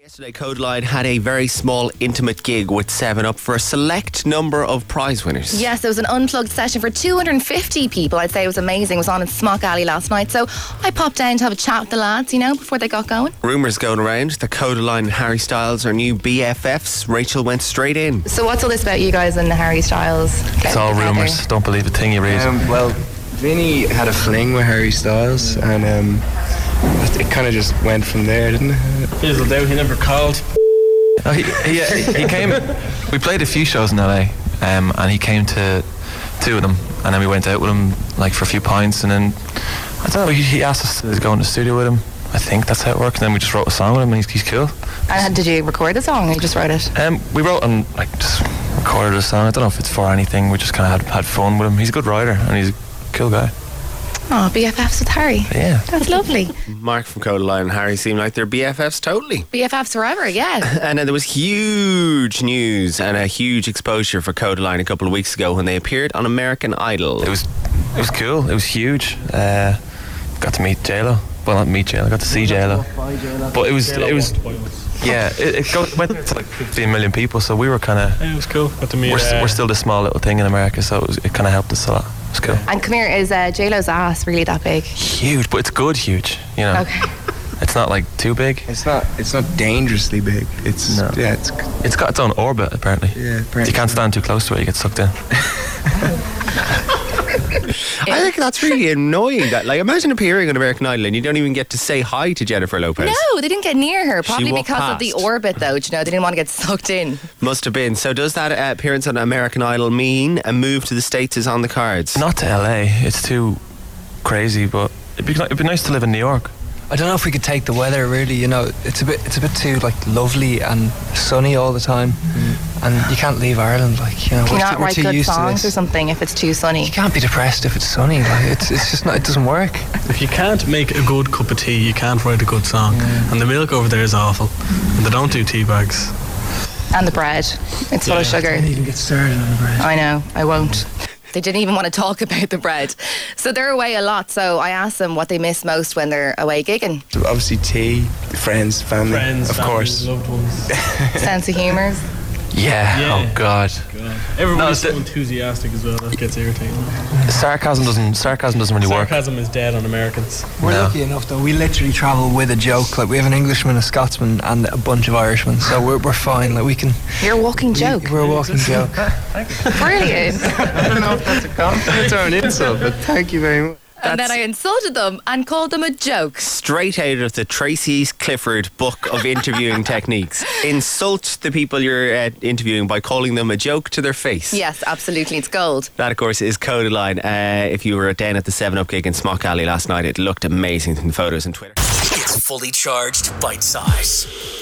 Yesterday, Codeline had a very small, intimate gig with 7 Up for a select number of prize winners. Yes, there was an unplugged session for 250 people. I'd say it was amazing. It was on in Smock Alley last night. So I popped down to have a chat with the lads, you know, before they got going. Rumours going around that Codeline and Harry Styles are new BFFs. Rachel went straight in. So what's all this about you guys and Harry Styles? It's all rumours. Don't believe a thing you read. Um, well, Vinny had a fling with Harry Styles, and um, it kind of just went from there, didn't it? Fizzled out, he never called. Oh, he, he, uh, he came. We played a few shows in LA, um, and he came to two of them, and then we went out with him like for a few pints, and then I don't know. He, he asked us to go in the studio with him. I think that's how it worked. And then we just wrote a song with him, and he's, he's cool. And did you record the song? Or you just wrote it. Um, we wrote and like just recorded a song. I don't know if it's for anything. We just kind of had, had fun with him. He's a good writer, and he's a cool guy. Oh, BFFs with Harry. But yeah. That's lovely. Mark from Codeline and Harry seem like they're BFFs totally. BFFs forever, yeah. And uh, there was huge news and a huge exposure for Codeline a couple of weeks ago when they appeared on American Idol. It was it was cool. It was huge. Uh, got to meet JLo. Well, not meet JLo. Got to see JLo. But it was it was yeah. It, it go, went to like 15 million people, so we were kind of Yeah, it was cool. Got to meet. we're, uh, st- we're still this small little thing in America, so it, was, it kind of helped us a lot. It was cool. And come here, is uh, J-Lo's ass really that big? Huge, but it's good. Huge. You know, Okay. it's not like too big. It's not. It's not dangerously big. It's No. yeah. It's It's got its own orbit apparently. Yeah, apparently. You can't stand too close to it; you get sucked in. I think that's really annoying. That like, imagine appearing on American Idol and you don't even get to say hi to Jennifer Lopez. No, they didn't get near her. Probably walked because of the past. orbit, though. Do you know, they didn't want to get sucked in. Must have been. So does that uh, appearance on American Idol mean a move to the states is on the cards? Not to LA; it's too crazy. But it'd be, it'd be nice to live in New York. I don't know if we could take the weather really. You know, it's a bit it's a bit too like lovely and sunny all the time, Mm. and you can't leave Ireland. Like you know, Can we're, you too- not we're write too good used to songs this. or something if it's too sunny? You can't be depressed if it's sunny. Like it's it's just not. It doesn't work. If you can't make a good cup of tea, you can't write a good song. And the milk over there is awful. And they don't do tea bags. Mm. And the bread. It's full of sugar. even get started on the bread. I know, I won't. They didn't even want to talk about the bread. So they're away a lot. So I asked them what they miss most when they're away gigging. obviously tea, friends, family, Friends, of families, course. loved ones. Sense of humour. Yeah. Yeah. Oh God. Everybody's No, it's so enthusiastic as well. That gets irritating. Sarcasm doesn't. Sarcasm doesn't really work. Sarcasm is dead on Americans. We're No. lucky enough though. We literally travel with a joke. Like we have an Englishman, a Scotsman, and a bunch of Irishmen. So we're we're fine. Like we can. You're a walking joke. We're a walking joke. Brilliant. I don't know if that's a compliment or an insult, but thank you very much. and then I insulted them and called them a joke. Straight out of the Tracy Clifford book of interviewing techniques. Insult the people you're uh, interviewing by calling them a joke to their face. Yes, absolutely. It's gold. That, of course, is Codeline. Uh, if you were down at the 7 Up gig in Smock Alley last night, it looked amazing from the photos on Twitter. It's fully charged bite size.